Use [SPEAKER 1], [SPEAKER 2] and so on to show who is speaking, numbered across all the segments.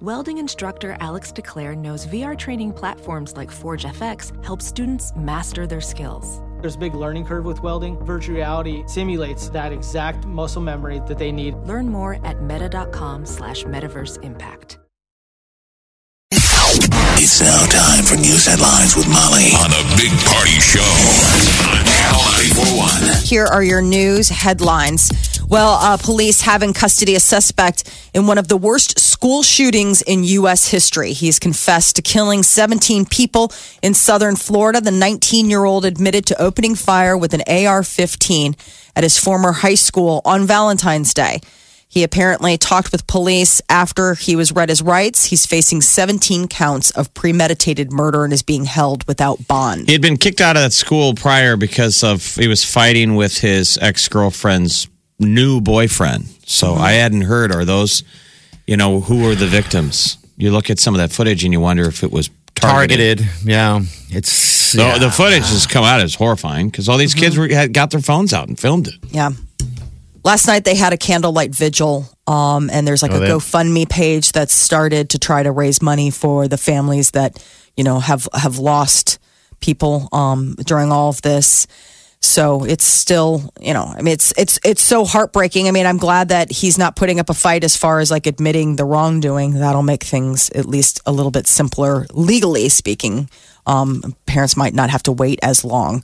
[SPEAKER 1] Welding instructor Alex DeClaire knows VR training platforms like Forge FX help students master their skills.
[SPEAKER 2] There's a big learning curve with welding. Virtual reality simulates that exact muscle memory that they need.
[SPEAKER 1] Learn more at meta.com slash metaverse impact.
[SPEAKER 3] It's now time for news headlines with Molly on a big party show on Channel 941.
[SPEAKER 4] Here are your news headlines. Well, uh, police have in custody a suspect in one of the worst school shootings in U.S. history. He's confessed to killing 17 people in southern Florida. The 19 year old admitted to opening fire with an AR 15 at his former high school on Valentine's Day. He apparently talked with police after he was read his rights. He's facing 17 counts of premeditated murder and is being held without bond.
[SPEAKER 5] He had been kicked out of that school prior because of he was fighting with his ex girlfriend's new boyfriend. So I hadn't heard. Are those, you know, who were the victims? You look at some of that footage and you wonder if it was targeted.
[SPEAKER 6] targeted. Yeah, it's
[SPEAKER 5] So
[SPEAKER 6] yeah.
[SPEAKER 5] the footage has come out as horrifying because all these kids were, had got their phones out and filmed it.
[SPEAKER 4] Yeah. Last night they had a candlelight vigil, um, and there's like
[SPEAKER 6] Oh,
[SPEAKER 4] a
[SPEAKER 6] they-
[SPEAKER 4] GoFundMe page that's started to try to raise money for the families that you know have have lost people um, during all of this. So it's still, you know, I mean, it's it's it's so heartbreaking. I mean, I'm glad that he's not putting up a fight as far as like admitting the wrongdoing. That'll make things at least a little bit simpler legally speaking. Um, parents might not have to wait as long.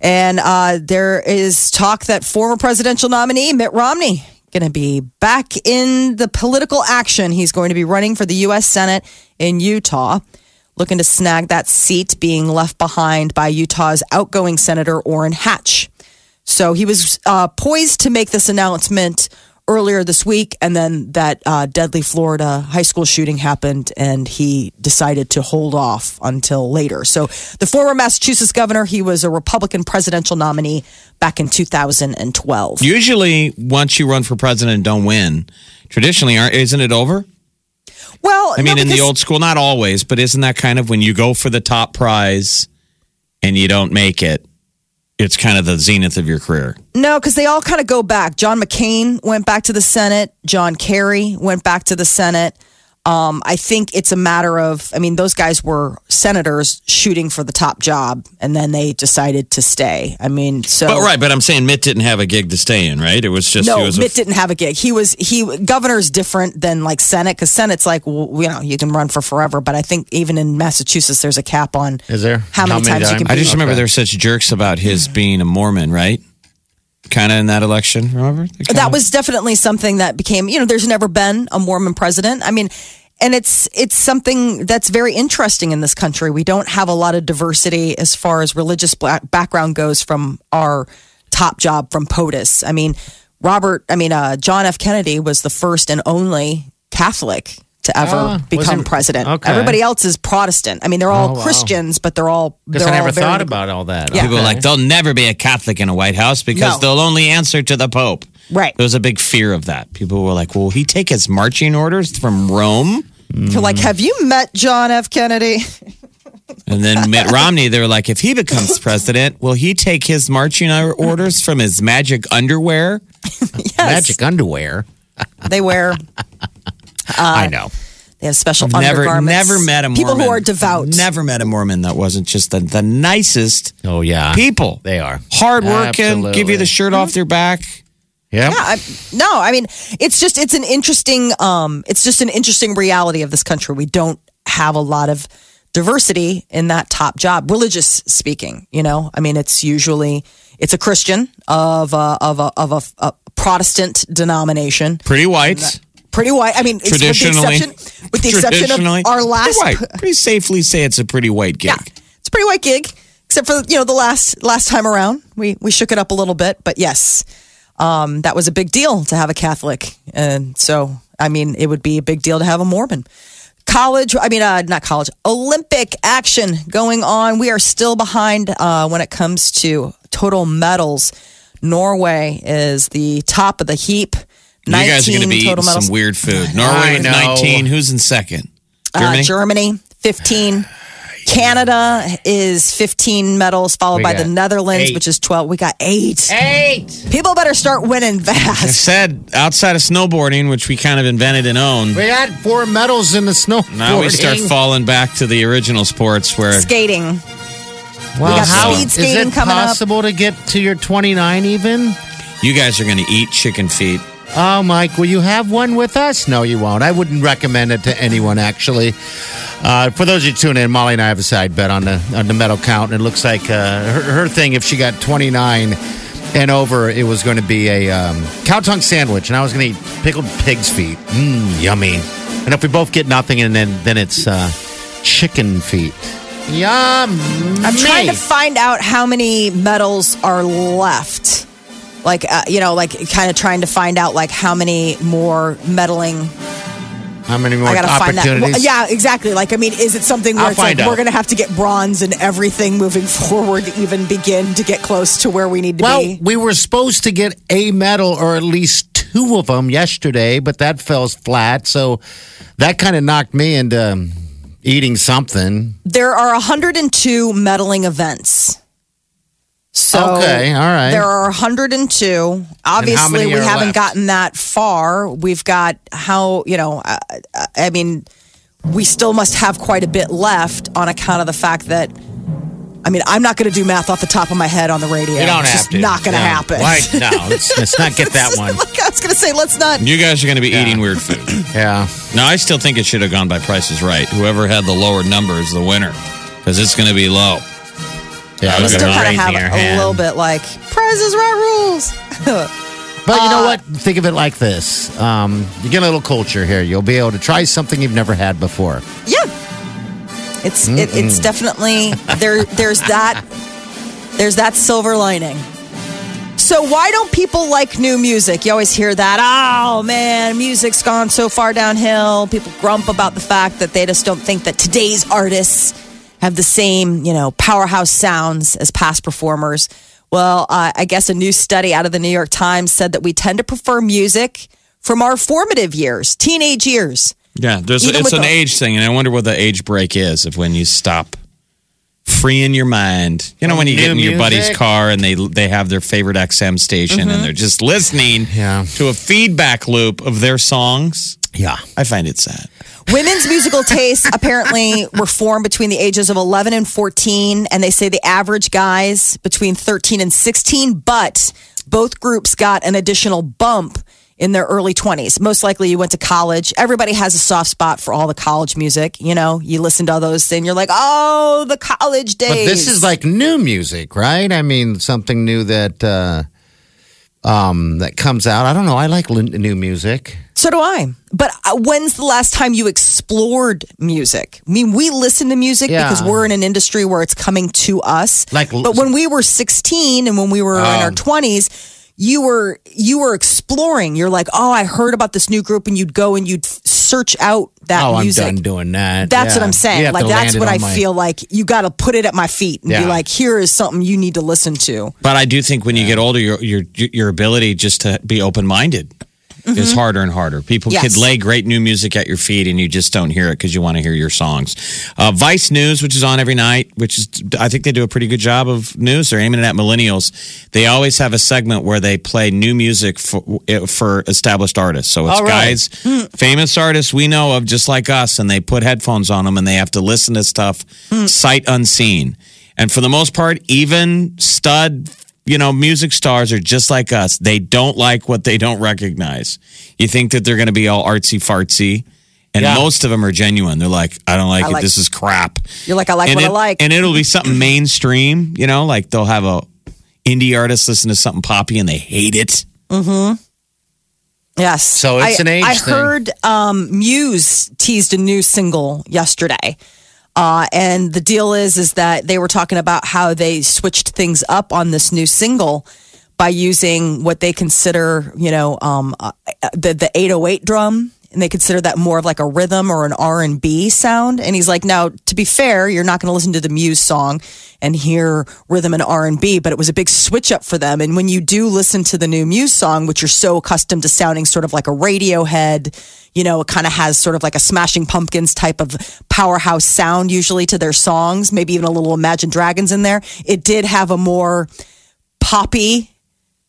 [SPEAKER 4] And uh, there is talk that former presidential nominee Mitt Romney going to be back in the political action. He's going to be running for the U.S. Senate in Utah, looking to snag that seat being left behind by Utah's outgoing Senator Orrin Hatch. So he was uh, poised to make this announcement earlier this week, and then that uh, deadly Florida high school shooting happened, and he decided to hold off until later. So the former Massachusetts governor, he was a Republican presidential nominee back in 2012.
[SPEAKER 5] Usually, once you run for president and don't win, traditionally, aren't, isn't it over?
[SPEAKER 4] well,
[SPEAKER 5] I mean,
[SPEAKER 4] no,
[SPEAKER 5] in the
[SPEAKER 4] because-
[SPEAKER 5] old school, not always, but isn't that kind of when you go for the top prize and you don't make it? It's kind of the zenith of your career.
[SPEAKER 4] No, because they all kind of go back. John McCain went back to the Senate. John Kerry went back to the Senate. Um, I think it's a matter of, I mean, those guys were senators shooting for the top job, and then they decided to stay. I mean, so.
[SPEAKER 5] But right, but I'm saying Mitt didn't have a gig to stay in, right? It was just
[SPEAKER 4] No,
[SPEAKER 5] he was a-
[SPEAKER 4] Mitt didn't have a gig. He was he governor's different than like Senate because Senate's like well, you know you can run for forever, but I think even in Massachusetts there's a cap on
[SPEAKER 6] Is there?
[SPEAKER 4] how many, times, you can.
[SPEAKER 5] I just
[SPEAKER 4] be-
[SPEAKER 5] remember there's such jerks about his being a Mormon, right? Kind of in that election, remember? They kinda-
[SPEAKER 6] Mm-hmm.
[SPEAKER 4] that was definitely something that became you know there's never been a mormon president i mean and it's it's something that's very interesting in this country we don't have a lot of diversity as far as religious bla- background goes from our top job from potus i mean robert i mean uh, john f kennedy was the first and only catholic to ever
[SPEAKER 6] Ah, was
[SPEAKER 4] become
[SPEAKER 6] he-
[SPEAKER 4] president
[SPEAKER 6] okay.
[SPEAKER 4] everybody else is protestant i mean they're all
[SPEAKER 6] Oh, wow.
[SPEAKER 4] christians but they're all
[SPEAKER 6] Because
[SPEAKER 4] they're
[SPEAKER 6] I
[SPEAKER 4] all
[SPEAKER 6] never
[SPEAKER 4] very-
[SPEAKER 6] thought about all that.
[SPEAKER 4] Yeah.
[SPEAKER 5] People were like, there'll never be a Catholic in a White House because
[SPEAKER 4] No.
[SPEAKER 5] they'll only answer to the Pope.
[SPEAKER 4] right
[SPEAKER 5] There was a big fear of that. People were like, will he take his marching orders from Rome?
[SPEAKER 4] they're like
[SPEAKER 6] Mm.
[SPEAKER 4] have you met john f kennedy
[SPEAKER 5] And then Mitt Romney, they were like, if he becomes president, will he take his marching orders from his magic underwear?
[SPEAKER 4] yes
[SPEAKER 6] Magic underwear.
[SPEAKER 4] they wear
[SPEAKER 6] I know.
[SPEAKER 4] They have special
[SPEAKER 5] Never,
[SPEAKER 4] undergarments.
[SPEAKER 5] never met a Mormon.
[SPEAKER 4] People who are devout.
[SPEAKER 5] Never met a Mormon that wasn't just the, the nicest
[SPEAKER 6] Oh yeah.
[SPEAKER 5] people.
[SPEAKER 6] They are.
[SPEAKER 5] hard working, give you the
[SPEAKER 6] Absolutely.
[SPEAKER 5] shirt off their back.
[SPEAKER 4] Yeah,
[SPEAKER 6] Yep.
[SPEAKER 4] I, no, I mean, it's just it's an interesting, um, it's just an interesting reality of this country. We don't have a lot of diversity in that top job, religious speaking. You know, I mean, it's usually it's a Christian of a, of a, of a, a Protestant denomination.
[SPEAKER 5] Pretty whites.
[SPEAKER 4] Pretty white. I mean, it's
[SPEAKER 5] Traditionally.
[SPEAKER 4] with the exception, with the exception of our last
[SPEAKER 5] Pretty, white. Pretty safely say it's a pretty white gig.
[SPEAKER 4] Yeah, it's a pretty white gig, except for you know the last last time around we we shook it up a little bit, but yes, um, that was a big deal to have a Catholic, and so I mean it would be a big deal to have a Mormon. College, I mean, uh, not college, Olympic action going on. We are still behind uh, when it comes to total medals. Norway is the top of the heap.
[SPEAKER 5] You
[SPEAKER 4] 19
[SPEAKER 5] guys are going to be
[SPEAKER 4] total
[SPEAKER 5] eating
[SPEAKER 4] medals.
[SPEAKER 5] some weird food. Norway
[SPEAKER 6] I
[SPEAKER 5] with
[SPEAKER 6] know.
[SPEAKER 5] 19. Who's in second?
[SPEAKER 4] Uh,
[SPEAKER 5] Germany?
[SPEAKER 4] Germany, 15. Canada is 15 medals, followed
[SPEAKER 6] We
[SPEAKER 4] by the
[SPEAKER 6] got
[SPEAKER 4] Netherlands,
[SPEAKER 6] eight.
[SPEAKER 4] which is 12. We got eight.
[SPEAKER 6] Eight.
[SPEAKER 4] People better start winning
[SPEAKER 5] I
[SPEAKER 4] fast.
[SPEAKER 5] said outside of snowboarding, which we kind of invented and owned.
[SPEAKER 6] We got four medals in the snow.
[SPEAKER 5] Now we start falling back to the original sports where
[SPEAKER 4] Skating.
[SPEAKER 6] Wow,
[SPEAKER 5] got
[SPEAKER 6] how-
[SPEAKER 5] speed
[SPEAKER 4] skating
[SPEAKER 6] is it
[SPEAKER 4] coming up.
[SPEAKER 6] possible to get to your 29 even?
[SPEAKER 5] you guys are going to eat chicken feet.
[SPEAKER 6] Oh, Mike, will you have one with us? No, you won't. I wouldn't recommend it to anyone, actually. Uh, for those of you tuning in, Molly and I have a side bet on the on the medal count, and it looks like uh, her, her thing. If she got twenty nine and over, it was going to be a um, cow tongue sandwich, and I was going to eat pickled pig's feet. Mmm, yummy. And if we both get nothing, and then then it's uh, chicken feet. Yum.
[SPEAKER 4] I'm trying to find out how many medals are left. Like, uh, you know, like kind of trying to find out like how many more medaling
[SPEAKER 6] How many more
[SPEAKER 4] I gotta find that.
[SPEAKER 6] opportunities?
[SPEAKER 4] Well, yeah, exactly. Like, I mean, is it something where
[SPEAKER 6] I'll
[SPEAKER 4] it's like
[SPEAKER 6] find
[SPEAKER 4] we're
[SPEAKER 6] out.
[SPEAKER 4] gonna have to get bronze and everything moving forward to even begin to get close to where we need to
[SPEAKER 6] Well,
[SPEAKER 4] be?
[SPEAKER 6] we were supposed to get a medal or at least two of them yesterday, but that fell flat. So that kind of knocked me into um, eating something.
[SPEAKER 4] There are 102 medaling events. So
[SPEAKER 6] Okay, all right.
[SPEAKER 4] There are 102. Obviously,
[SPEAKER 6] many
[SPEAKER 4] we
[SPEAKER 6] are
[SPEAKER 4] haven't
[SPEAKER 6] left?
[SPEAKER 4] gotten that far. We've got how you know. Uh, uh, I mean, we still must have quite a bit left on account of the fact that. I mean, I'm not going to do math off the top of my head on the radio. it's just Not going to
[SPEAKER 6] No.
[SPEAKER 4] happen.
[SPEAKER 6] Why? No, let's, let's not get that one.
[SPEAKER 4] Like, I was going to say, let's not.
[SPEAKER 5] You guys are going to be eating weird food.
[SPEAKER 6] Yeah.
[SPEAKER 5] now, I still think it should have gone by prices right. Whoever had the lower number is the winner because it's going to be low.
[SPEAKER 6] Yeah.
[SPEAKER 5] I
[SPEAKER 4] I
[SPEAKER 5] was
[SPEAKER 6] look
[SPEAKER 4] still
[SPEAKER 6] at
[SPEAKER 4] kind
[SPEAKER 6] raising
[SPEAKER 4] of have
[SPEAKER 6] your
[SPEAKER 4] a
[SPEAKER 6] hand.
[SPEAKER 4] little bit like prizes, right rules.
[SPEAKER 6] But you know
[SPEAKER 4] Uh,
[SPEAKER 6] what? Think of it like this: um, you get a little culture here. You'll be able to try something you've never had before.
[SPEAKER 4] Yeah, it's it, it's definitely there. There's that. There's that silver lining. So why don't people like new music? You always hear that. Oh man, music's gone so far downhill. People grump about the fact that they just don't think that today's artists have the same, you know, powerhouse sounds as past performers. Well, uh, I guess a new study out of the New York Times said that we tend to prefer music from our formative years, teenage years.
[SPEAKER 5] Yeah, there's,
[SPEAKER 4] Even
[SPEAKER 5] it's
[SPEAKER 4] with
[SPEAKER 5] an
[SPEAKER 4] the-
[SPEAKER 5] age thing, and I wonder what the age break is of when you stop freeing your mind. You know, when you get in
[SPEAKER 6] New
[SPEAKER 5] your buddy's
[SPEAKER 6] music.
[SPEAKER 5] car and they they have their favorite XM station
[SPEAKER 4] Mm-hmm.
[SPEAKER 5] and they're just listening
[SPEAKER 6] Yeah.
[SPEAKER 5] to a feedback loop of their songs.
[SPEAKER 6] Yeah.
[SPEAKER 5] I find it sad.
[SPEAKER 4] Women's musical tastes apparently were formed between the ages of 11 and 14, and they say the average guys between 13 and 16, but both groups got an additional bump in their early 20s. Most likely you went to college. Everybody has a soft spot for all the college music. You know, you listen to all those and you're like, oh, the college days.
[SPEAKER 6] But this is like new music, right? I mean, something new that uh, um, that comes out. I don't know. I like l- new music.
[SPEAKER 4] So do I. But uh, when's the last time you explored music? I mean, we listen to music
[SPEAKER 6] Yeah.
[SPEAKER 4] because we're in an industry where it's coming to us.
[SPEAKER 6] Like- Oh.
[SPEAKER 4] but when we were 16 and when we were in our 20s, you were you were exploring. You're like, "Oh, I heard about this new group," and you'd go and you'd f- search out that
[SPEAKER 6] oh,
[SPEAKER 4] music.
[SPEAKER 6] I'm done doing that.
[SPEAKER 4] That's
[SPEAKER 6] Yeah.
[SPEAKER 4] what I'm
[SPEAKER 6] You
[SPEAKER 4] saying.
[SPEAKER 6] have
[SPEAKER 4] Like
[SPEAKER 6] to
[SPEAKER 4] that's
[SPEAKER 6] land it
[SPEAKER 4] what
[SPEAKER 6] on
[SPEAKER 4] I
[SPEAKER 6] my-
[SPEAKER 4] feel like you got to put it at my feet and be
[SPEAKER 6] Yeah.
[SPEAKER 4] like, "Here is something you need to listen to."
[SPEAKER 5] But I do think when you get older, your your your ability just to be open minded is
[SPEAKER 6] Mm-hmm.
[SPEAKER 5] harder and harder. People
[SPEAKER 4] Yes.
[SPEAKER 5] could lay great new music at your feet, and you just don't hear it because you want to hear your songs. Uh, Vice News, which is on every night, which is I think they do a pretty good job of news. They're aiming it at millennials. They always have a segment where they play new music for eh, for established artists. So it's
[SPEAKER 6] All right.
[SPEAKER 5] guys, Hmm. famous artists we know of, just like us, and they put headphones on them and they have to listen to stuff
[SPEAKER 4] Hmm.
[SPEAKER 5] sight unseen. And for the most part, even stud, you know, music stars are just like us. They don't like what they don't recognize. You think that they're going to be all artsy fartsy, and
[SPEAKER 6] Yeah.
[SPEAKER 5] most of them are genuine. They're like, I don't like
[SPEAKER 4] I
[SPEAKER 5] it.
[SPEAKER 4] like-
[SPEAKER 5] this is crap.
[SPEAKER 4] You're like, "I like
[SPEAKER 5] and
[SPEAKER 4] what I
[SPEAKER 5] it-
[SPEAKER 4] like."
[SPEAKER 5] and it'll be something mainstream. You know, like they'll have a indie artist listen to something poppy and they hate it.
[SPEAKER 4] Yes.
[SPEAKER 6] So it's
[SPEAKER 4] I,
[SPEAKER 6] an age
[SPEAKER 4] I
[SPEAKER 6] thing.
[SPEAKER 4] heard um, Muse teased a new single yesterday. Uh, and the deal is is that they were talking about how they switched things up on this new single by using what they consider, you know, um, uh, the the 808 drum. and they consider that more of like a rhythm or an R&B sound and he's like now to be fair you're not going to listen to the Muse song and hear rhythm and R&B but it was a big switch up for them and when you do listen to the new Muse song which you're so accustomed to sounding sort of like a Radiohead you know it kind of has sort of like a Smashing Pumpkins type of powerhouse sound usually to their songs maybe even a little Imagine Dragons in there it did have a more poppy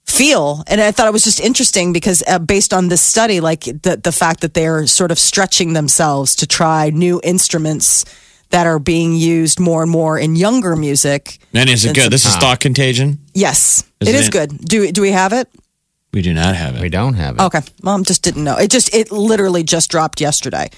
[SPEAKER 4] feel and i thought it was just interesting because uh, based on this study like the, the fact that they're sort of stretching themselves to try new instruments that are being used more and more in younger music
[SPEAKER 5] And is it
[SPEAKER 4] It's
[SPEAKER 5] good? This is thought contagion.
[SPEAKER 4] yes
[SPEAKER 5] Is
[SPEAKER 4] it is
[SPEAKER 5] it-
[SPEAKER 4] good do, do we have it
[SPEAKER 5] We do not have it.
[SPEAKER 6] We don't have it.
[SPEAKER 4] okay mom just didn't know it just it literally just dropped yesterday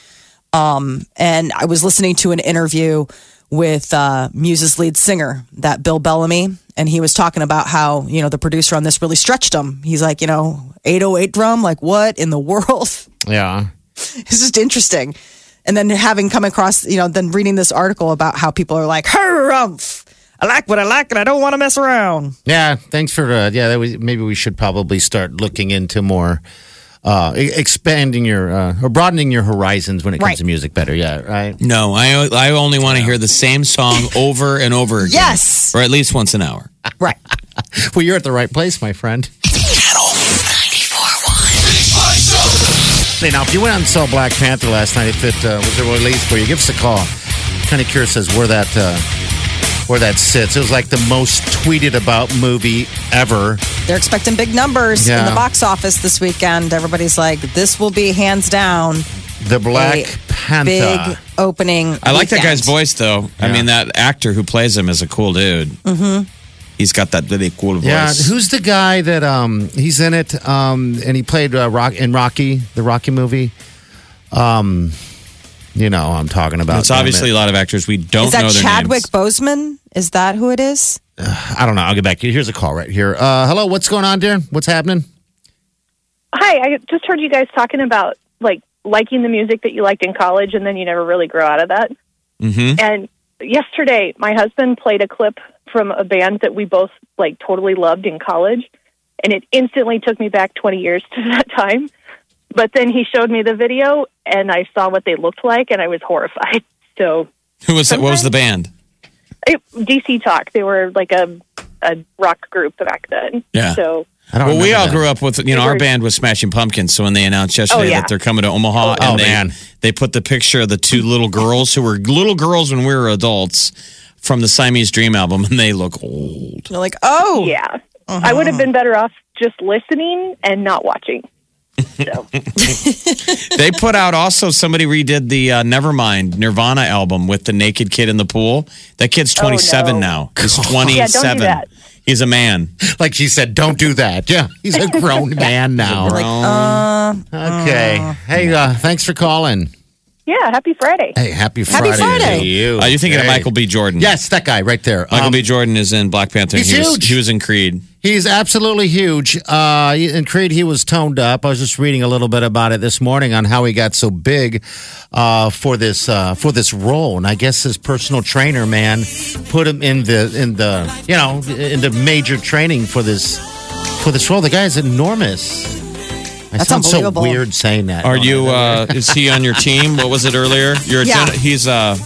[SPEAKER 4] um, and i was listening to an interview with uh, muse's lead singer that bill bellamy and he was talking about how you know the producer on this really stretched him he's like you know 808 drum like what in the world
[SPEAKER 6] Yeah.
[SPEAKER 4] it's just interesting. And then having come across, you know, then reading this article about how people are like, "Hurrumph! I like what I like, and I don't want to mess around."
[SPEAKER 6] Yeah, thanks for uh, yeah. That was, maybe we should probably start looking into more uh, e- expanding your uh, or broadening your horizons when it comes
[SPEAKER 4] Right.
[SPEAKER 6] to music. Better, yeah, right.
[SPEAKER 5] No, I I only want to hear the same song over and over again.
[SPEAKER 4] Yes.
[SPEAKER 5] Or at least once an hour.
[SPEAKER 4] Right.
[SPEAKER 6] Well, you're at the right place, my friend.
[SPEAKER 3] Channel 941.
[SPEAKER 6] Hey, now if you went out and saw Black Panther last night, if it uh, was a release for you, give us a call. Kind of curious as where that uh, where that sits. It was like the most tweeted about movie ever.
[SPEAKER 4] They're expecting big numbers in
[SPEAKER 6] Yeah.
[SPEAKER 4] the box office this weekend. Everybody's like, "This will be hands down
[SPEAKER 6] The Black
[SPEAKER 4] a
[SPEAKER 6] Panther.
[SPEAKER 4] big opening."
[SPEAKER 5] I like that
[SPEAKER 4] weekend.
[SPEAKER 5] guy's voice though. I
[SPEAKER 6] Yeah.
[SPEAKER 5] mean, that actor who plays him is a cool dude. Mm-hmm. He's got that really cool voice.
[SPEAKER 6] Yeah, who's the guy that um he's in it um and he played uh, rock in Rocky, the Rocky movie. Um you know, I'm talking about.
[SPEAKER 5] it's obviously a lot of actors we don't
[SPEAKER 4] Is that
[SPEAKER 5] know their
[SPEAKER 4] Chadwick
[SPEAKER 5] names.
[SPEAKER 4] Boseman? Is that who it is?
[SPEAKER 6] I don't know. I'll get back to you. Here's a call right here. Uh hello, what's going on, dear? What's happening?
[SPEAKER 7] Hi, I just heard you guys talking about like liking the music that you liked in college and then you never really grow out of that. Mm-hmm. And yesterday, my husband played a clip from a band that we both like totally loved in college, and it instantly took me back 20 years to that time. But then he showed me the video and I saw what they looked like and I was horrified. So,
[SPEAKER 5] Who was that? What was the band?
[SPEAKER 7] it, DC Talk, they were like a a rock group back then.
[SPEAKER 5] Yeah.
[SPEAKER 7] So,
[SPEAKER 6] I don't
[SPEAKER 5] Well, we
[SPEAKER 6] remember
[SPEAKER 5] all
[SPEAKER 6] that.
[SPEAKER 5] grew up with you know our band was Smashing Pumpkins. So when they announced yesterday
[SPEAKER 7] yeah.
[SPEAKER 5] that they're coming to Omaha, and
[SPEAKER 6] oh,
[SPEAKER 5] they,
[SPEAKER 6] man.
[SPEAKER 5] they put the picture of the two little girls who were little girls when we were adults from the Siamese Dream album, and they look old.
[SPEAKER 4] You're like, oh,
[SPEAKER 7] yeah. I would have been better off just listening and not watching.
[SPEAKER 5] they put out also somebody redid the uh, Nevermind Nirvana album with the naked kid in the pool. That kid's 27
[SPEAKER 7] Oh, no.
[SPEAKER 5] now. He's 27.
[SPEAKER 7] that.
[SPEAKER 5] He's a man.
[SPEAKER 6] Like she said, don't do that. Yeah, he's a grown man now.
[SPEAKER 7] Oh.
[SPEAKER 5] Grown.
[SPEAKER 4] um,
[SPEAKER 6] Okay.
[SPEAKER 5] Ah.
[SPEAKER 6] Hey, uh, thanks for calling.
[SPEAKER 7] Yeah, happy Friday.
[SPEAKER 6] Hey, happy
[SPEAKER 4] Happy
[SPEAKER 6] Friday.
[SPEAKER 4] Friday.
[SPEAKER 6] to you.
[SPEAKER 5] Are you thinking
[SPEAKER 6] Hey.
[SPEAKER 5] of Michael B. Jordan?
[SPEAKER 6] Yes, that guy right there.
[SPEAKER 5] Michael
[SPEAKER 6] Um,
[SPEAKER 5] B. Jordan is in Black Panther. and
[SPEAKER 6] he's
[SPEAKER 5] he was,
[SPEAKER 6] huge.
[SPEAKER 5] He was in Creed.
[SPEAKER 6] He's absolutely huge. Uh, in Creed, he was toned up. I was just reading a little bit about it this morning on how he got so big uh, for this uh, for this role, and I guess his personal trainer man put him in the in the you know in the major training for this for this role. The guy is enormous. I
[SPEAKER 4] That's
[SPEAKER 6] sound so
[SPEAKER 4] unbelievable.
[SPEAKER 6] weird saying that.
[SPEAKER 5] Are
[SPEAKER 6] don't I?
[SPEAKER 5] you? Uh, is he on your team? What was it earlier? You're a
[SPEAKER 4] Yeah.
[SPEAKER 5] gen- he's uh,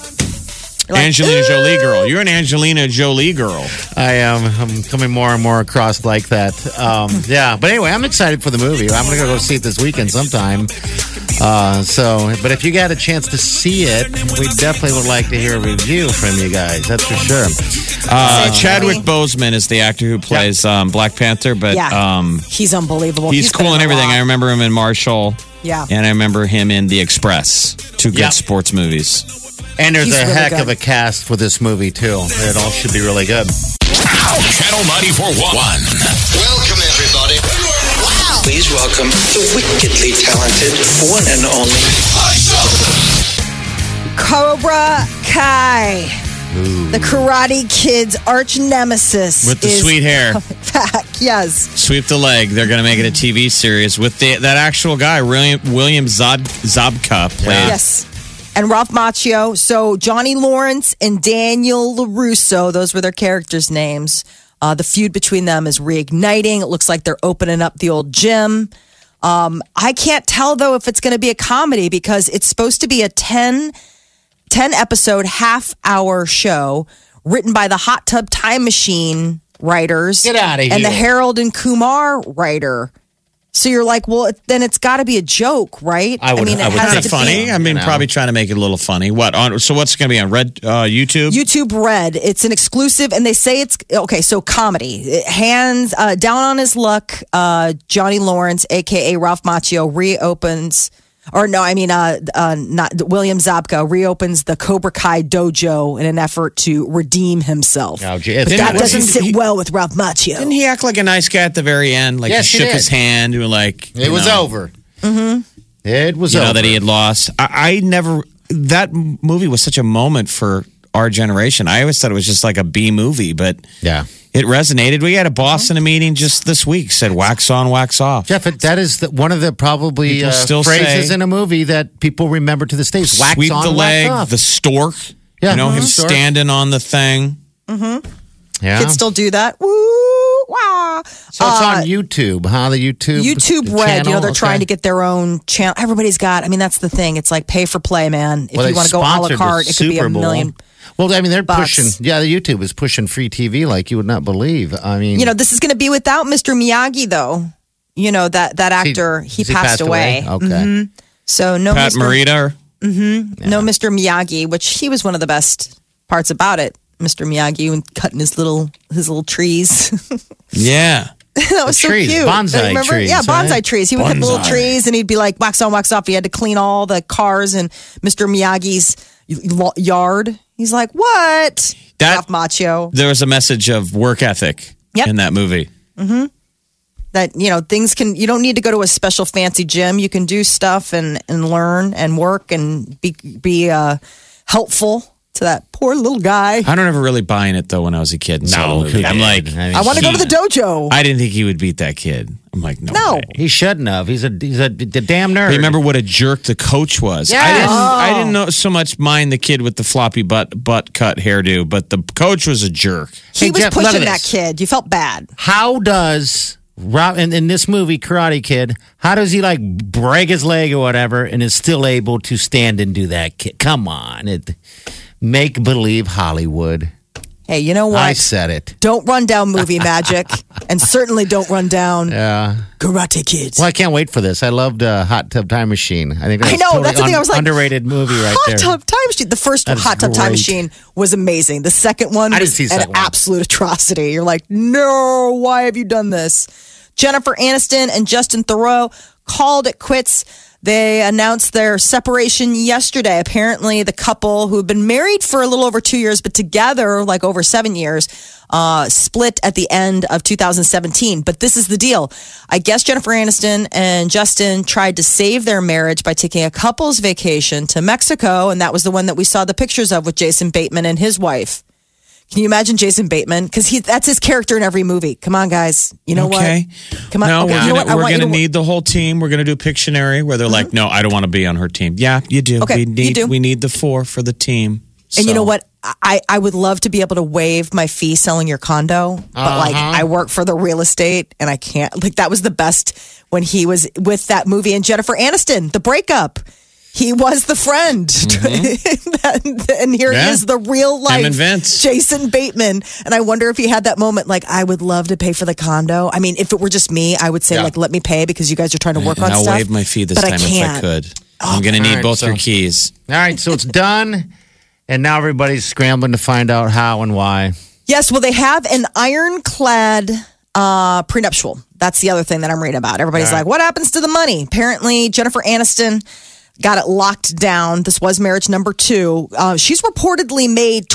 [SPEAKER 4] like,
[SPEAKER 5] Angelina Jolie girl. You're an Angelina Jolie girl.
[SPEAKER 6] I am. I'm coming more and more across like that. Um, yeah, but anyway, I'm excited for the movie. I'm gonna go see it this weekend sometime. Uh, so, but if you got a chance to see it, we definitely would like to hear a review from you guys. That's for sure.
[SPEAKER 5] Uh, Chadwick Boseman is the actor who plays um, Black Panther, but
[SPEAKER 4] Yeah.
[SPEAKER 5] um,
[SPEAKER 4] he's unbelievable.
[SPEAKER 5] he's,
[SPEAKER 4] been
[SPEAKER 5] cool
[SPEAKER 4] in
[SPEAKER 5] and
[SPEAKER 4] a
[SPEAKER 5] everything.
[SPEAKER 4] lot.
[SPEAKER 5] I remember him in Marshall.
[SPEAKER 4] Yeah.
[SPEAKER 5] And I remember him in The Express. Two good
[SPEAKER 6] Yeah.
[SPEAKER 5] sports movies.
[SPEAKER 6] And there's
[SPEAKER 4] He's
[SPEAKER 6] a
[SPEAKER 4] really
[SPEAKER 6] heck
[SPEAKER 4] good.
[SPEAKER 6] of a cast for this movie too. It all should be really good.
[SPEAKER 3] Channel 941.
[SPEAKER 8] Welcome, everybody. Wow. Please welcome the wickedly talented one and only.
[SPEAKER 4] Cobra Kai. The Karate Kid's arch nemesis
[SPEAKER 5] With the
[SPEAKER 4] is
[SPEAKER 5] sweet hair.
[SPEAKER 4] back. Yes,
[SPEAKER 5] Sweep the leg. They're going to make it a TV series with the, that actual guy, William, William Zob, Zobka, played.
[SPEAKER 4] yes, and Ralph Macchio. So Johnny Lawrence and Daniel Larusso; those were their characters' names. Uh, the feud between them is reigniting. It looks like they're opening up the old gym. Um, I can't tell though if it's going to be a comedy because it's supposed to be a 10, 10 episode half hour show written by the Hot Tub Time Machine writers.
[SPEAKER 6] Get outta
[SPEAKER 4] And the
[SPEAKER 6] here.
[SPEAKER 4] Harold and Kumar writer. So you're like, well, it- then it's got to be a joke, right?
[SPEAKER 6] I would-
[SPEAKER 4] mean, it
[SPEAKER 6] I would
[SPEAKER 4] has
[SPEAKER 6] think
[SPEAKER 4] to
[SPEAKER 5] Kinda funny.
[SPEAKER 4] be
[SPEAKER 5] I mean,
[SPEAKER 6] You know.
[SPEAKER 5] probably trying to make it a little funny. What on? So what's going to be on Red uh, YouTube?
[SPEAKER 4] YouTube Red. It's an exclusive, and they say it's okay. So comedy, It- hands uh, down on his luck. Uh, Johnny Lawrence, aka Ralph Macchio, reopens, or no, I mean, uh, uh, not William Zabka reopens the Cobra Kai dojo in an effort to redeem himself.
[SPEAKER 6] Oh, gee,
[SPEAKER 4] but
[SPEAKER 6] it's-
[SPEAKER 4] that
[SPEAKER 6] Didn't-
[SPEAKER 4] doesn't
[SPEAKER 5] wasn't
[SPEAKER 4] sit
[SPEAKER 5] he-
[SPEAKER 4] well with Ralph Macchio.
[SPEAKER 5] Didn't he act like a nice guy at the very end? Like
[SPEAKER 6] Yes,
[SPEAKER 5] he
[SPEAKER 6] he
[SPEAKER 5] shook
[SPEAKER 6] did.
[SPEAKER 5] his hand and like
[SPEAKER 6] It
[SPEAKER 5] you
[SPEAKER 6] was
[SPEAKER 5] know,
[SPEAKER 6] over. Mm-hmm. It was
[SPEAKER 5] You
[SPEAKER 6] over.
[SPEAKER 5] know that he had lost. I, I never. That m- movie was such a moment for our generation. I always thought it was just like a B movie, but
[SPEAKER 6] yeah.
[SPEAKER 5] it resonated. We had a boss in a meeting just this week said "wax on, wax off."
[SPEAKER 6] Jeff, it- that is the, one of the probably
[SPEAKER 5] People
[SPEAKER 6] uh,
[SPEAKER 5] still
[SPEAKER 6] phrases
[SPEAKER 5] say-
[SPEAKER 6] in a movie that people remember to this day. Is wax
[SPEAKER 5] Sweep
[SPEAKER 6] on,
[SPEAKER 5] the
[SPEAKER 6] wax
[SPEAKER 5] leg,
[SPEAKER 6] off.
[SPEAKER 5] the stork.
[SPEAKER 6] Yeah,
[SPEAKER 5] you know him
[SPEAKER 6] mhm. Stork.
[SPEAKER 5] standing on the thing.
[SPEAKER 6] yeah.
[SPEAKER 4] Kids still do that. Woo! Uh, Wow.
[SPEAKER 6] so it's on YouTube, huh? The YouTube
[SPEAKER 4] YouTube
[SPEAKER 6] channel?
[SPEAKER 4] Red, you know, they're trying to get
[SPEAKER 6] Okay.
[SPEAKER 4] their own channel. Everybody's got. I mean, that's the thing. It's like pay for play, man. If
[SPEAKER 6] Well,
[SPEAKER 4] you
[SPEAKER 6] they
[SPEAKER 4] want to go a la
[SPEAKER 6] sponsored the
[SPEAKER 4] carte, it could be a
[SPEAKER 6] Super Bowl.
[SPEAKER 4] million.
[SPEAKER 6] Well, I mean, they're
[SPEAKER 4] bucks.
[SPEAKER 6] pushing. Yeah, the YouTube is pushing free TV like you would not believe. I mean,
[SPEAKER 4] You know, this is going to be without Mr. Miyagi, though. You know that that
[SPEAKER 6] he-
[SPEAKER 4] actor he,
[SPEAKER 6] has
[SPEAKER 4] passed, away. Mm-hmm.
[SPEAKER 6] Okay.
[SPEAKER 4] So no
[SPEAKER 5] Pat
[SPEAKER 4] Mr.
[SPEAKER 5] Morita.
[SPEAKER 4] no Mr. Miyagi, which he was one of the best parts about it. Mr. Miyagi and cutting his little his little trees.
[SPEAKER 5] Yeah.
[SPEAKER 4] that was so
[SPEAKER 6] trees,
[SPEAKER 4] cute.
[SPEAKER 6] bonsai
[SPEAKER 4] Remember?
[SPEAKER 6] trees,
[SPEAKER 4] Yeah, bonsai
[SPEAKER 6] right?
[SPEAKER 4] trees. He would cut the little trees and he'd be like wax on, wax off. He had to clean all the cars in Mr. Miyagi's lo- yard. He's like, what?
[SPEAKER 5] That-
[SPEAKER 4] Ralph Macchio.
[SPEAKER 5] There was a message of work ethic
[SPEAKER 4] Yep.
[SPEAKER 5] in that movie.
[SPEAKER 4] That you know, things can. You don't need to go to a special fancy gym. You can do stuff and and learn and work and be be uh, helpful to that poor little guy.
[SPEAKER 5] I don't ever really buy in it though. When I was a kid, and saw the
[SPEAKER 6] No,
[SPEAKER 5] movie.
[SPEAKER 6] who
[SPEAKER 5] I'm
[SPEAKER 6] did?
[SPEAKER 5] like,
[SPEAKER 6] I mean,
[SPEAKER 4] I want to go to the dojo.
[SPEAKER 5] I didn't think he would beat that kid. I'm like, no.
[SPEAKER 4] No.
[SPEAKER 5] way.
[SPEAKER 6] He shouldn't have. He's a he's a, d- damn nerd.
[SPEAKER 5] I remember what a jerk the coach was. I
[SPEAKER 6] Yes.
[SPEAKER 5] didn't
[SPEAKER 4] Oh.
[SPEAKER 5] I didn't know so much mind the kid with the floppy butt butt cut hairdo, but the coach was a jerk.
[SPEAKER 4] he was
[SPEAKER 6] Hey, Jeff, look at
[SPEAKER 4] pushing that
[SPEAKER 6] this.
[SPEAKER 4] kid. You felt bad.
[SPEAKER 6] how does Rob in, in this movie Karate Kid? How does he like break his leg or whatever, and is still able to stand and do that? Kid? Come on, it make believe Hollywood.
[SPEAKER 4] Hey, you know what?
[SPEAKER 6] I said it.
[SPEAKER 4] Don't run down movie magic, and certainly don't run down Karate Kids.
[SPEAKER 6] Well, I can't wait for this. I loved uh, Hot Tub Time Machine. I think that
[SPEAKER 4] I
[SPEAKER 6] was
[SPEAKER 4] know
[SPEAKER 6] totally
[SPEAKER 4] that's the thing.
[SPEAKER 6] un-
[SPEAKER 4] I was like
[SPEAKER 6] underrated movie right
[SPEAKER 4] hot
[SPEAKER 6] there.
[SPEAKER 4] tub time machine. The first
[SPEAKER 6] That is
[SPEAKER 4] hot tub time
[SPEAKER 6] great.
[SPEAKER 4] machine was amazing. The second one
[SPEAKER 6] I didn't
[SPEAKER 4] was
[SPEAKER 6] see the
[SPEAKER 4] an
[SPEAKER 6] second one.
[SPEAKER 4] absolute atrocity. You're like, no, why have you done this? Jennifer Aniston and Justin Thoreau called it quits. They announced their separation yesterday. Apparently, the couple who have been married for a little over two years, but together like over seven years, uh, split at the end of 2017. But this is the deal. I guess Jennifer Aniston and Justin tried to save their marriage by taking a couple's vacation to Mexico. And that was the one that we saw the pictures of with Jason Bateman and his wife. Can you imagine Jason Bateman? Because he that's his character in every movie. Come on, guys. You know
[SPEAKER 5] okay.
[SPEAKER 4] what? Come on.
[SPEAKER 5] No,
[SPEAKER 4] okay,
[SPEAKER 5] we're
[SPEAKER 4] you know
[SPEAKER 5] gonna,
[SPEAKER 4] what? I
[SPEAKER 5] we're
[SPEAKER 4] want you
[SPEAKER 5] gonna
[SPEAKER 4] to-
[SPEAKER 5] need the whole team. We're gonna do Pictionary where they're like, No, I don't want to be on her team. Yeah, you do.
[SPEAKER 4] Okay,
[SPEAKER 5] we
[SPEAKER 4] you
[SPEAKER 5] need
[SPEAKER 4] do.
[SPEAKER 5] we need the four for the team.
[SPEAKER 4] And you
[SPEAKER 5] So-
[SPEAKER 4] know what? I, I would love to be able to waive my fee selling your condo, but like
[SPEAKER 5] Uh-huh.
[SPEAKER 4] I work for the real estate and I can't. Like that was the best when he was with that movie and Jennifer Aniston, the breakup. He was the friend, and, here
[SPEAKER 5] Mm-hmm. Yeah.
[SPEAKER 4] he is, the real life
[SPEAKER 5] Him and Vince.
[SPEAKER 4] Jason Bateman. And I wonder if he had that moment, like I would love to pay for the condo. I mean, if it were just me, I would say
[SPEAKER 6] Yeah.
[SPEAKER 4] like let me pay because you guys are trying to work on
[SPEAKER 5] I'll
[SPEAKER 4] stuff.
[SPEAKER 5] waive my fee this
[SPEAKER 4] but
[SPEAKER 5] time
[SPEAKER 4] I can't. Oh,
[SPEAKER 5] if I could. I'm gonna need
[SPEAKER 6] All right,
[SPEAKER 5] both
[SPEAKER 6] so-
[SPEAKER 5] your keys.
[SPEAKER 6] All right, so it's done, and now everybody's scrambling to find out how and why.
[SPEAKER 4] Yes, well, they have an ironclad uh, prenuptial. That's the other thing that I'm reading about. Everybody's like, what happens to the money? Apparently, Jennifer Aniston got it locked down. This was marriage number two. Uh, she's reportedly made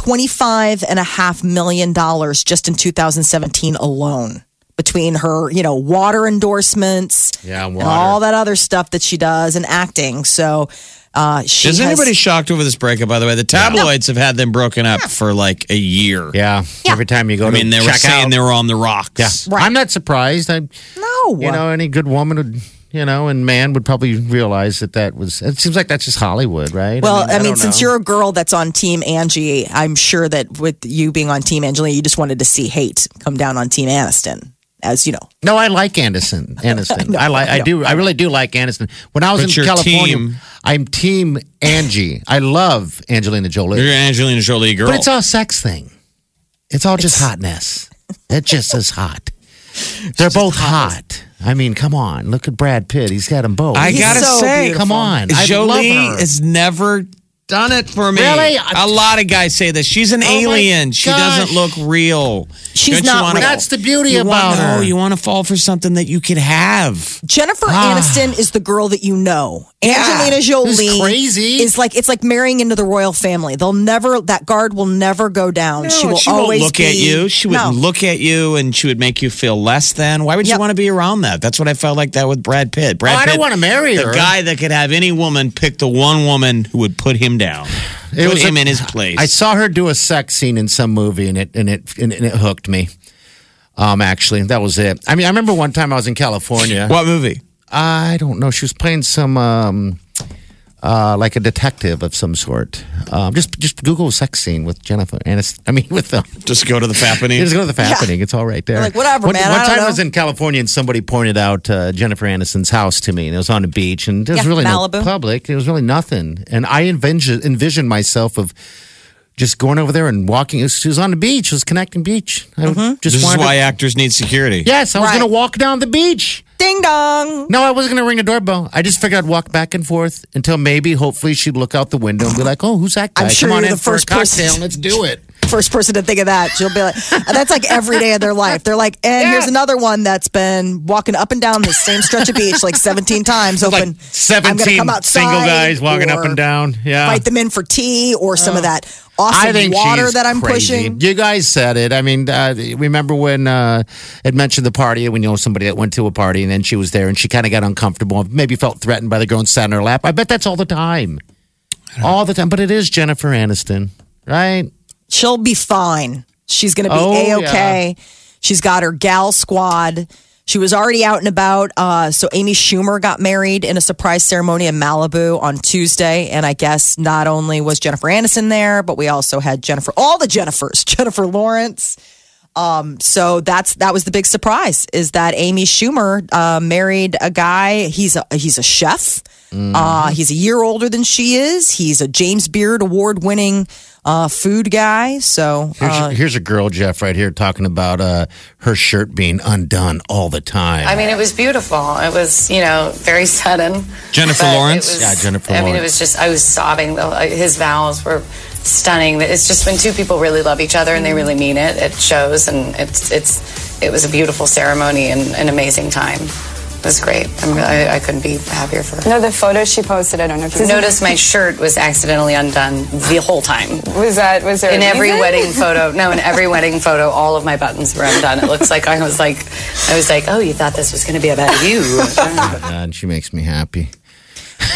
[SPEAKER 4] $25.5 million just in 2017 alone between her, you know, water endorsements
[SPEAKER 6] Yeah,
[SPEAKER 4] and
[SPEAKER 6] water.
[SPEAKER 4] all that other stuff that she does and acting. So uh, she
[SPEAKER 5] Is
[SPEAKER 4] has-
[SPEAKER 5] anybody shocked over this breakup, by the way? The tabloids have had them broken up for like a year.
[SPEAKER 6] Yeah, every time you go
[SPEAKER 5] I
[SPEAKER 6] to
[SPEAKER 5] mean, they were
[SPEAKER 6] check
[SPEAKER 5] saying
[SPEAKER 6] out,
[SPEAKER 5] they were on the rocks.
[SPEAKER 6] Yeah, I'm not surprised. I,
[SPEAKER 4] No.
[SPEAKER 6] you know, any good woman would, you know, and man would probably realize that that was. It seems like that's just Hollywood, right?
[SPEAKER 4] Well, I mean,
[SPEAKER 6] don't
[SPEAKER 4] since
[SPEAKER 6] know.
[SPEAKER 4] you're a girl that's on Team Angie, I'm sure that with you being on Team Angelina, you just wanted to see hate come down on Team Aniston. as you know.
[SPEAKER 6] No, I like Anderson. Anderson. I like. I do. I really do like Anderson. When I was
[SPEAKER 5] But
[SPEAKER 6] in
[SPEAKER 5] your
[SPEAKER 6] California,
[SPEAKER 5] team-
[SPEAKER 6] I'm Team Angie. I love Angelina Jolie,
[SPEAKER 5] You're an Angelina Jolie girl.
[SPEAKER 6] but it's all sex thing. It's all just hotness. It just is hot. They're both hot. I mean, come on. Look at Brad Pitt. He's got them both.
[SPEAKER 5] I gotta
[SPEAKER 4] so
[SPEAKER 5] say,
[SPEAKER 4] beautiful.
[SPEAKER 6] come on.
[SPEAKER 5] Jolie
[SPEAKER 6] I love her.
[SPEAKER 5] has never done it for me.
[SPEAKER 6] Really? Oh
[SPEAKER 5] A lot of guys say this. She's an
[SPEAKER 6] my
[SPEAKER 5] alien. She
[SPEAKER 6] gosh.
[SPEAKER 5] doesn't look real.
[SPEAKER 4] She's
[SPEAKER 5] Don't
[SPEAKER 4] not
[SPEAKER 5] wanna-
[SPEAKER 4] real.
[SPEAKER 6] That's the beauty
[SPEAKER 5] you
[SPEAKER 6] about
[SPEAKER 5] want,
[SPEAKER 6] her.
[SPEAKER 5] No, you want to fall for something that you could have.
[SPEAKER 4] Jennifer Aniston is the girl that you know. Angelina
[SPEAKER 6] Who's
[SPEAKER 4] Jolie
[SPEAKER 6] crazy.
[SPEAKER 4] is like it's like marrying into the royal family. They'll never that guard will never go down. she will
[SPEAKER 5] won't
[SPEAKER 4] always
[SPEAKER 5] look
[SPEAKER 4] be,
[SPEAKER 5] at you. She would
[SPEAKER 4] no.
[SPEAKER 5] look at you, and she would make you feel less than. Why would you
[SPEAKER 4] Yep.
[SPEAKER 5] want to be around that? That's what I felt like that with Brad Pitt. Brad
[SPEAKER 6] Oh, I
[SPEAKER 5] Pitt,
[SPEAKER 6] don't wanna marry
[SPEAKER 5] the
[SPEAKER 6] her.
[SPEAKER 5] guy that could have any woman pick the one woman who would put him down,
[SPEAKER 6] It
[SPEAKER 5] put
[SPEAKER 6] was
[SPEAKER 5] him
[SPEAKER 6] a-
[SPEAKER 5] in his place.
[SPEAKER 6] I saw her do a sex scene in some movie, and it and it and it hooked me. Um, actually, that was it. I mean, I remember one time I was in California.
[SPEAKER 5] what movie?
[SPEAKER 6] I don't know. She was playing some, um, uh, like a detective of some sort. Um, just just Google sex scene with Jennifer Aniston. I mean, with the
[SPEAKER 5] Just go to the
[SPEAKER 6] you
[SPEAKER 5] Fappening.
[SPEAKER 6] just go to the happening. It's all right there.
[SPEAKER 4] Like, whatever,
[SPEAKER 6] One,
[SPEAKER 4] man,
[SPEAKER 6] one
[SPEAKER 4] I don't
[SPEAKER 6] time
[SPEAKER 4] know.
[SPEAKER 6] I was in California and somebody pointed out uh, Jennifer Aniston's house to me, and it was on a beach, and there was
[SPEAKER 4] Yeah,
[SPEAKER 6] really
[SPEAKER 4] Malibu.
[SPEAKER 6] no public. There was really nothing, and I envisioned, envisioned myself of just going over there and walking. It was, she was on the beach. It was connecting beach. I just
[SPEAKER 5] This is
[SPEAKER 6] wanted.
[SPEAKER 5] why actors need security.
[SPEAKER 6] yes, I was
[SPEAKER 4] Mm-hmm. Right.
[SPEAKER 6] going to walk down the beach.
[SPEAKER 4] Ding dong.
[SPEAKER 6] No, I wasn't going to ring the doorbell. I just figured I'd walk back and forth until maybe, hopefully, she'd look out the window and be like, "Oh, who's that guy?
[SPEAKER 4] I'm sure
[SPEAKER 6] Come on
[SPEAKER 4] you're
[SPEAKER 6] in
[SPEAKER 4] the
[SPEAKER 6] for a
[SPEAKER 4] first person.
[SPEAKER 6] cocktail. Let's do it."
[SPEAKER 4] First person to think of that, she'll be like, that's like every day of their life. They're like, and here's another one that's been walking up and down the same stretch of beach like 17 times, hoping I'm gonna come outside or
[SPEAKER 6] down. Yeah,
[SPEAKER 4] Invite them in for tea or some of that awesome
[SPEAKER 6] I think
[SPEAKER 4] water
[SPEAKER 6] she's
[SPEAKER 4] that I'm
[SPEAKER 6] crazy.
[SPEAKER 4] pushing.
[SPEAKER 6] You guys said it. I mean, uh, remember when uh, it mentioned the party? When you know somebody that went to a party and then she was there and she kind of got uncomfortable, maybe felt threatened by the girl and sat on her lap. I bet that's all the time, all the time. But it is Jennifer Aniston, right?
[SPEAKER 4] she'll be fine. She's going to be
[SPEAKER 6] Oh,
[SPEAKER 4] a okay. She's got her gal squad. She was already out and about. Uh, so Amy Schumer got married in a surprise ceremony in Malibu on Tuesday, and I guess not only was Jennifer Aniston there, but we also had Jennifer, all the Jennifers, Jennifer Lawrence. Um, so that's that was the big surprise is that Amy Schumer uh, married a guy. He's a he's a chef. Uh, he's a year older than she is. He's a James Beard award winning uh, food guy. So
[SPEAKER 6] Here's,
[SPEAKER 4] uh,
[SPEAKER 6] here's a girl, Jeff, right here talking about uh, her shirt being undone all the time.
[SPEAKER 9] I mean, it was beautiful. It was, you know, very sudden.
[SPEAKER 5] Jennifer
[SPEAKER 9] But it
[SPEAKER 5] Lawrence?
[SPEAKER 9] was-
[SPEAKER 6] Yeah, Jennifer
[SPEAKER 9] I mean, it
[SPEAKER 6] Lawrence.
[SPEAKER 9] was just, I was sobbing. The- like, His vows were stunning. It's just when two people really love each other and they really mean it, it shows. And it's, it's, it was a beautiful ceremony and an amazing time. It was great. I'm really, I, I couldn't be happier for her.
[SPEAKER 10] No, the photo she posted. I don't know if you
[SPEAKER 9] Notice my shirt was accidentally undone the whole time.
[SPEAKER 10] Was that was there a
[SPEAKER 9] In every
[SPEAKER 10] reason?
[SPEAKER 9] wedding photo, no, in every wedding photo, all of my buttons were undone. It looks like I was like, I was like, oh, you thought this was going to be about you.
[SPEAKER 6] Oh God, she makes me happy.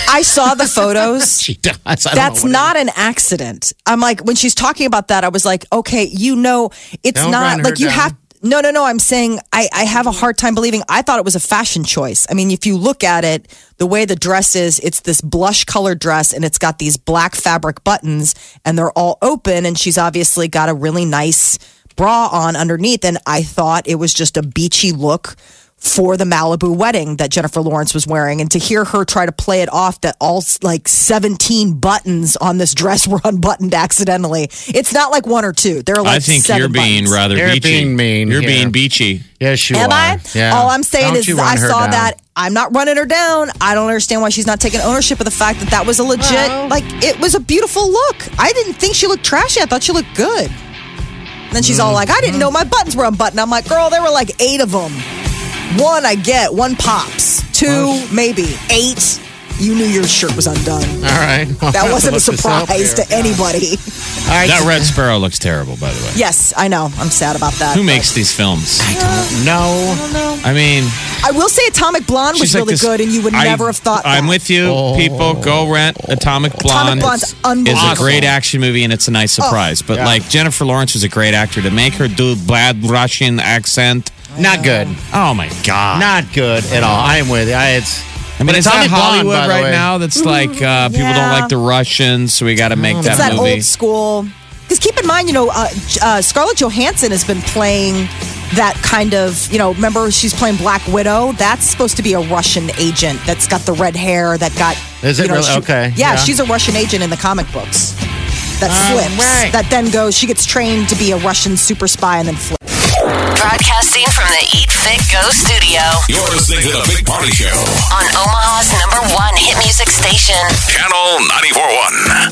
[SPEAKER 4] I saw the photos.
[SPEAKER 6] She does. I don't
[SPEAKER 4] That's
[SPEAKER 6] know what it
[SPEAKER 4] not an accident. I'm like when she's talking about that, I was like, okay, you know, it's
[SPEAKER 6] Don't
[SPEAKER 4] not
[SPEAKER 6] run
[SPEAKER 4] like
[SPEAKER 6] her
[SPEAKER 4] you
[SPEAKER 6] down.
[SPEAKER 4] have. No, no, no. I'm saying I, I have a hard time believing. I thought it was a fashion choice. I mean, if you look at it, the way the dress is, it's this blush colored dress and it's got these black fabric buttons and they're all open. And she's obviously got a really nice bra on underneath. And I thought it was just a beachy look for the Malibu wedding that Jennifer Lawrence was wearing. And to hear her try to play it off that all like 17 buttons on this dress were unbuttoned accidentally, it's not like one or two. There are like
[SPEAKER 5] I think
[SPEAKER 4] seven
[SPEAKER 5] you're being
[SPEAKER 4] buttons.
[SPEAKER 5] rather
[SPEAKER 6] You're
[SPEAKER 5] beachy.
[SPEAKER 6] being mean
[SPEAKER 5] You're
[SPEAKER 6] here.
[SPEAKER 5] being beachy.
[SPEAKER 6] Yes, you
[SPEAKER 4] Am
[SPEAKER 6] are.
[SPEAKER 4] I?
[SPEAKER 6] Yeah.
[SPEAKER 4] All I'm saying
[SPEAKER 6] Don't
[SPEAKER 4] is
[SPEAKER 6] you
[SPEAKER 4] I
[SPEAKER 6] run her
[SPEAKER 4] saw
[SPEAKER 6] down.
[SPEAKER 4] that. I'm not running her down. I don't understand why she's not taking ownership of the fact that that was a legit, like, it was a beautiful look. I didn't think she looked trashy. I thought she looked good. And then she's
[SPEAKER 6] Mm.
[SPEAKER 4] all like, I didn't know my buttons were unbuttoned. I'm like, girl, there were like eight of them. One I get, one pops, two maybe, eight. You knew your shirt was undone.
[SPEAKER 6] All right. I'll have
[SPEAKER 4] That
[SPEAKER 6] to
[SPEAKER 4] wasn't a
[SPEAKER 6] look this up
[SPEAKER 4] surprise
[SPEAKER 6] here.
[SPEAKER 4] to anybody.
[SPEAKER 6] All right.
[SPEAKER 5] That Red Sparrow looks terrible, by the way.
[SPEAKER 4] yes, I know. I'm sad about that.
[SPEAKER 5] Who
[SPEAKER 4] but-
[SPEAKER 5] makes these films?
[SPEAKER 6] no.
[SPEAKER 5] I mean,
[SPEAKER 4] I will say Atomic Blonde was
[SPEAKER 5] she's like
[SPEAKER 4] really
[SPEAKER 5] this-
[SPEAKER 4] good, and you would
[SPEAKER 5] I-
[SPEAKER 4] never have thought
[SPEAKER 5] I'm
[SPEAKER 4] that.
[SPEAKER 5] with you. People go rent Atomic Blonde.
[SPEAKER 4] Atomic Blonde's
[SPEAKER 5] Is a
[SPEAKER 4] unbelievable. Oh.
[SPEAKER 5] great action movie and it's a nice surprise. but like Jennifer Lawrence is a great actor to make her do bad Russian accent.
[SPEAKER 6] Not good.
[SPEAKER 5] Oh my god!
[SPEAKER 6] Not good at all. I am with you. I, it's.
[SPEAKER 5] I mean,
[SPEAKER 6] but
[SPEAKER 5] is
[SPEAKER 6] Tommy
[SPEAKER 5] that Hollywood
[SPEAKER 6] Blonde, by the
[SPEAKER 5] right
[SPEAKER 6] way.
[SPEAKER 5] now? That's like uh,
[SPEAKER 4] Mm,
[SPEAKER 5] people
[SPEAKER 4] yeah.
[SPEAKER 5] don't like the Russians, so we got to make that,
[SPEAKER 4] It's that
[SPEAKER 5] movie.
[SPEAKER 4] old school. Because keep in mind, you know, uh, J- uh, Scarlett Johansson has been playing that kind of, you know, remember she's playing Black Widow? That's supposed to be a Russian agent that's got the red hair that got.
[SPEAKER 6] Is it
[SPEAKER 4] you know,
[SPEAKER 6] really? Okay,
[SPEAKER 4] Yeah,
[SPEAKER 6] yeah.
[SPEAKER 4] she's a Russian agent in the comic books that
[SPEAKER 6] All
[SPEAKER 4] flips.
[SPEAKER 6] right.
[SPEAKER 4] That then goes, she gets trained to be a Russian super spy and then flips.
[SPEAKER 9] Broadcasting from the Eat Fit Go studio
[SPEAKER 3] You're listening to the Big Party Show,
[SPEAKER 9] on Omaha's number one hit music station.
[SPEAKER 3] Channel 941.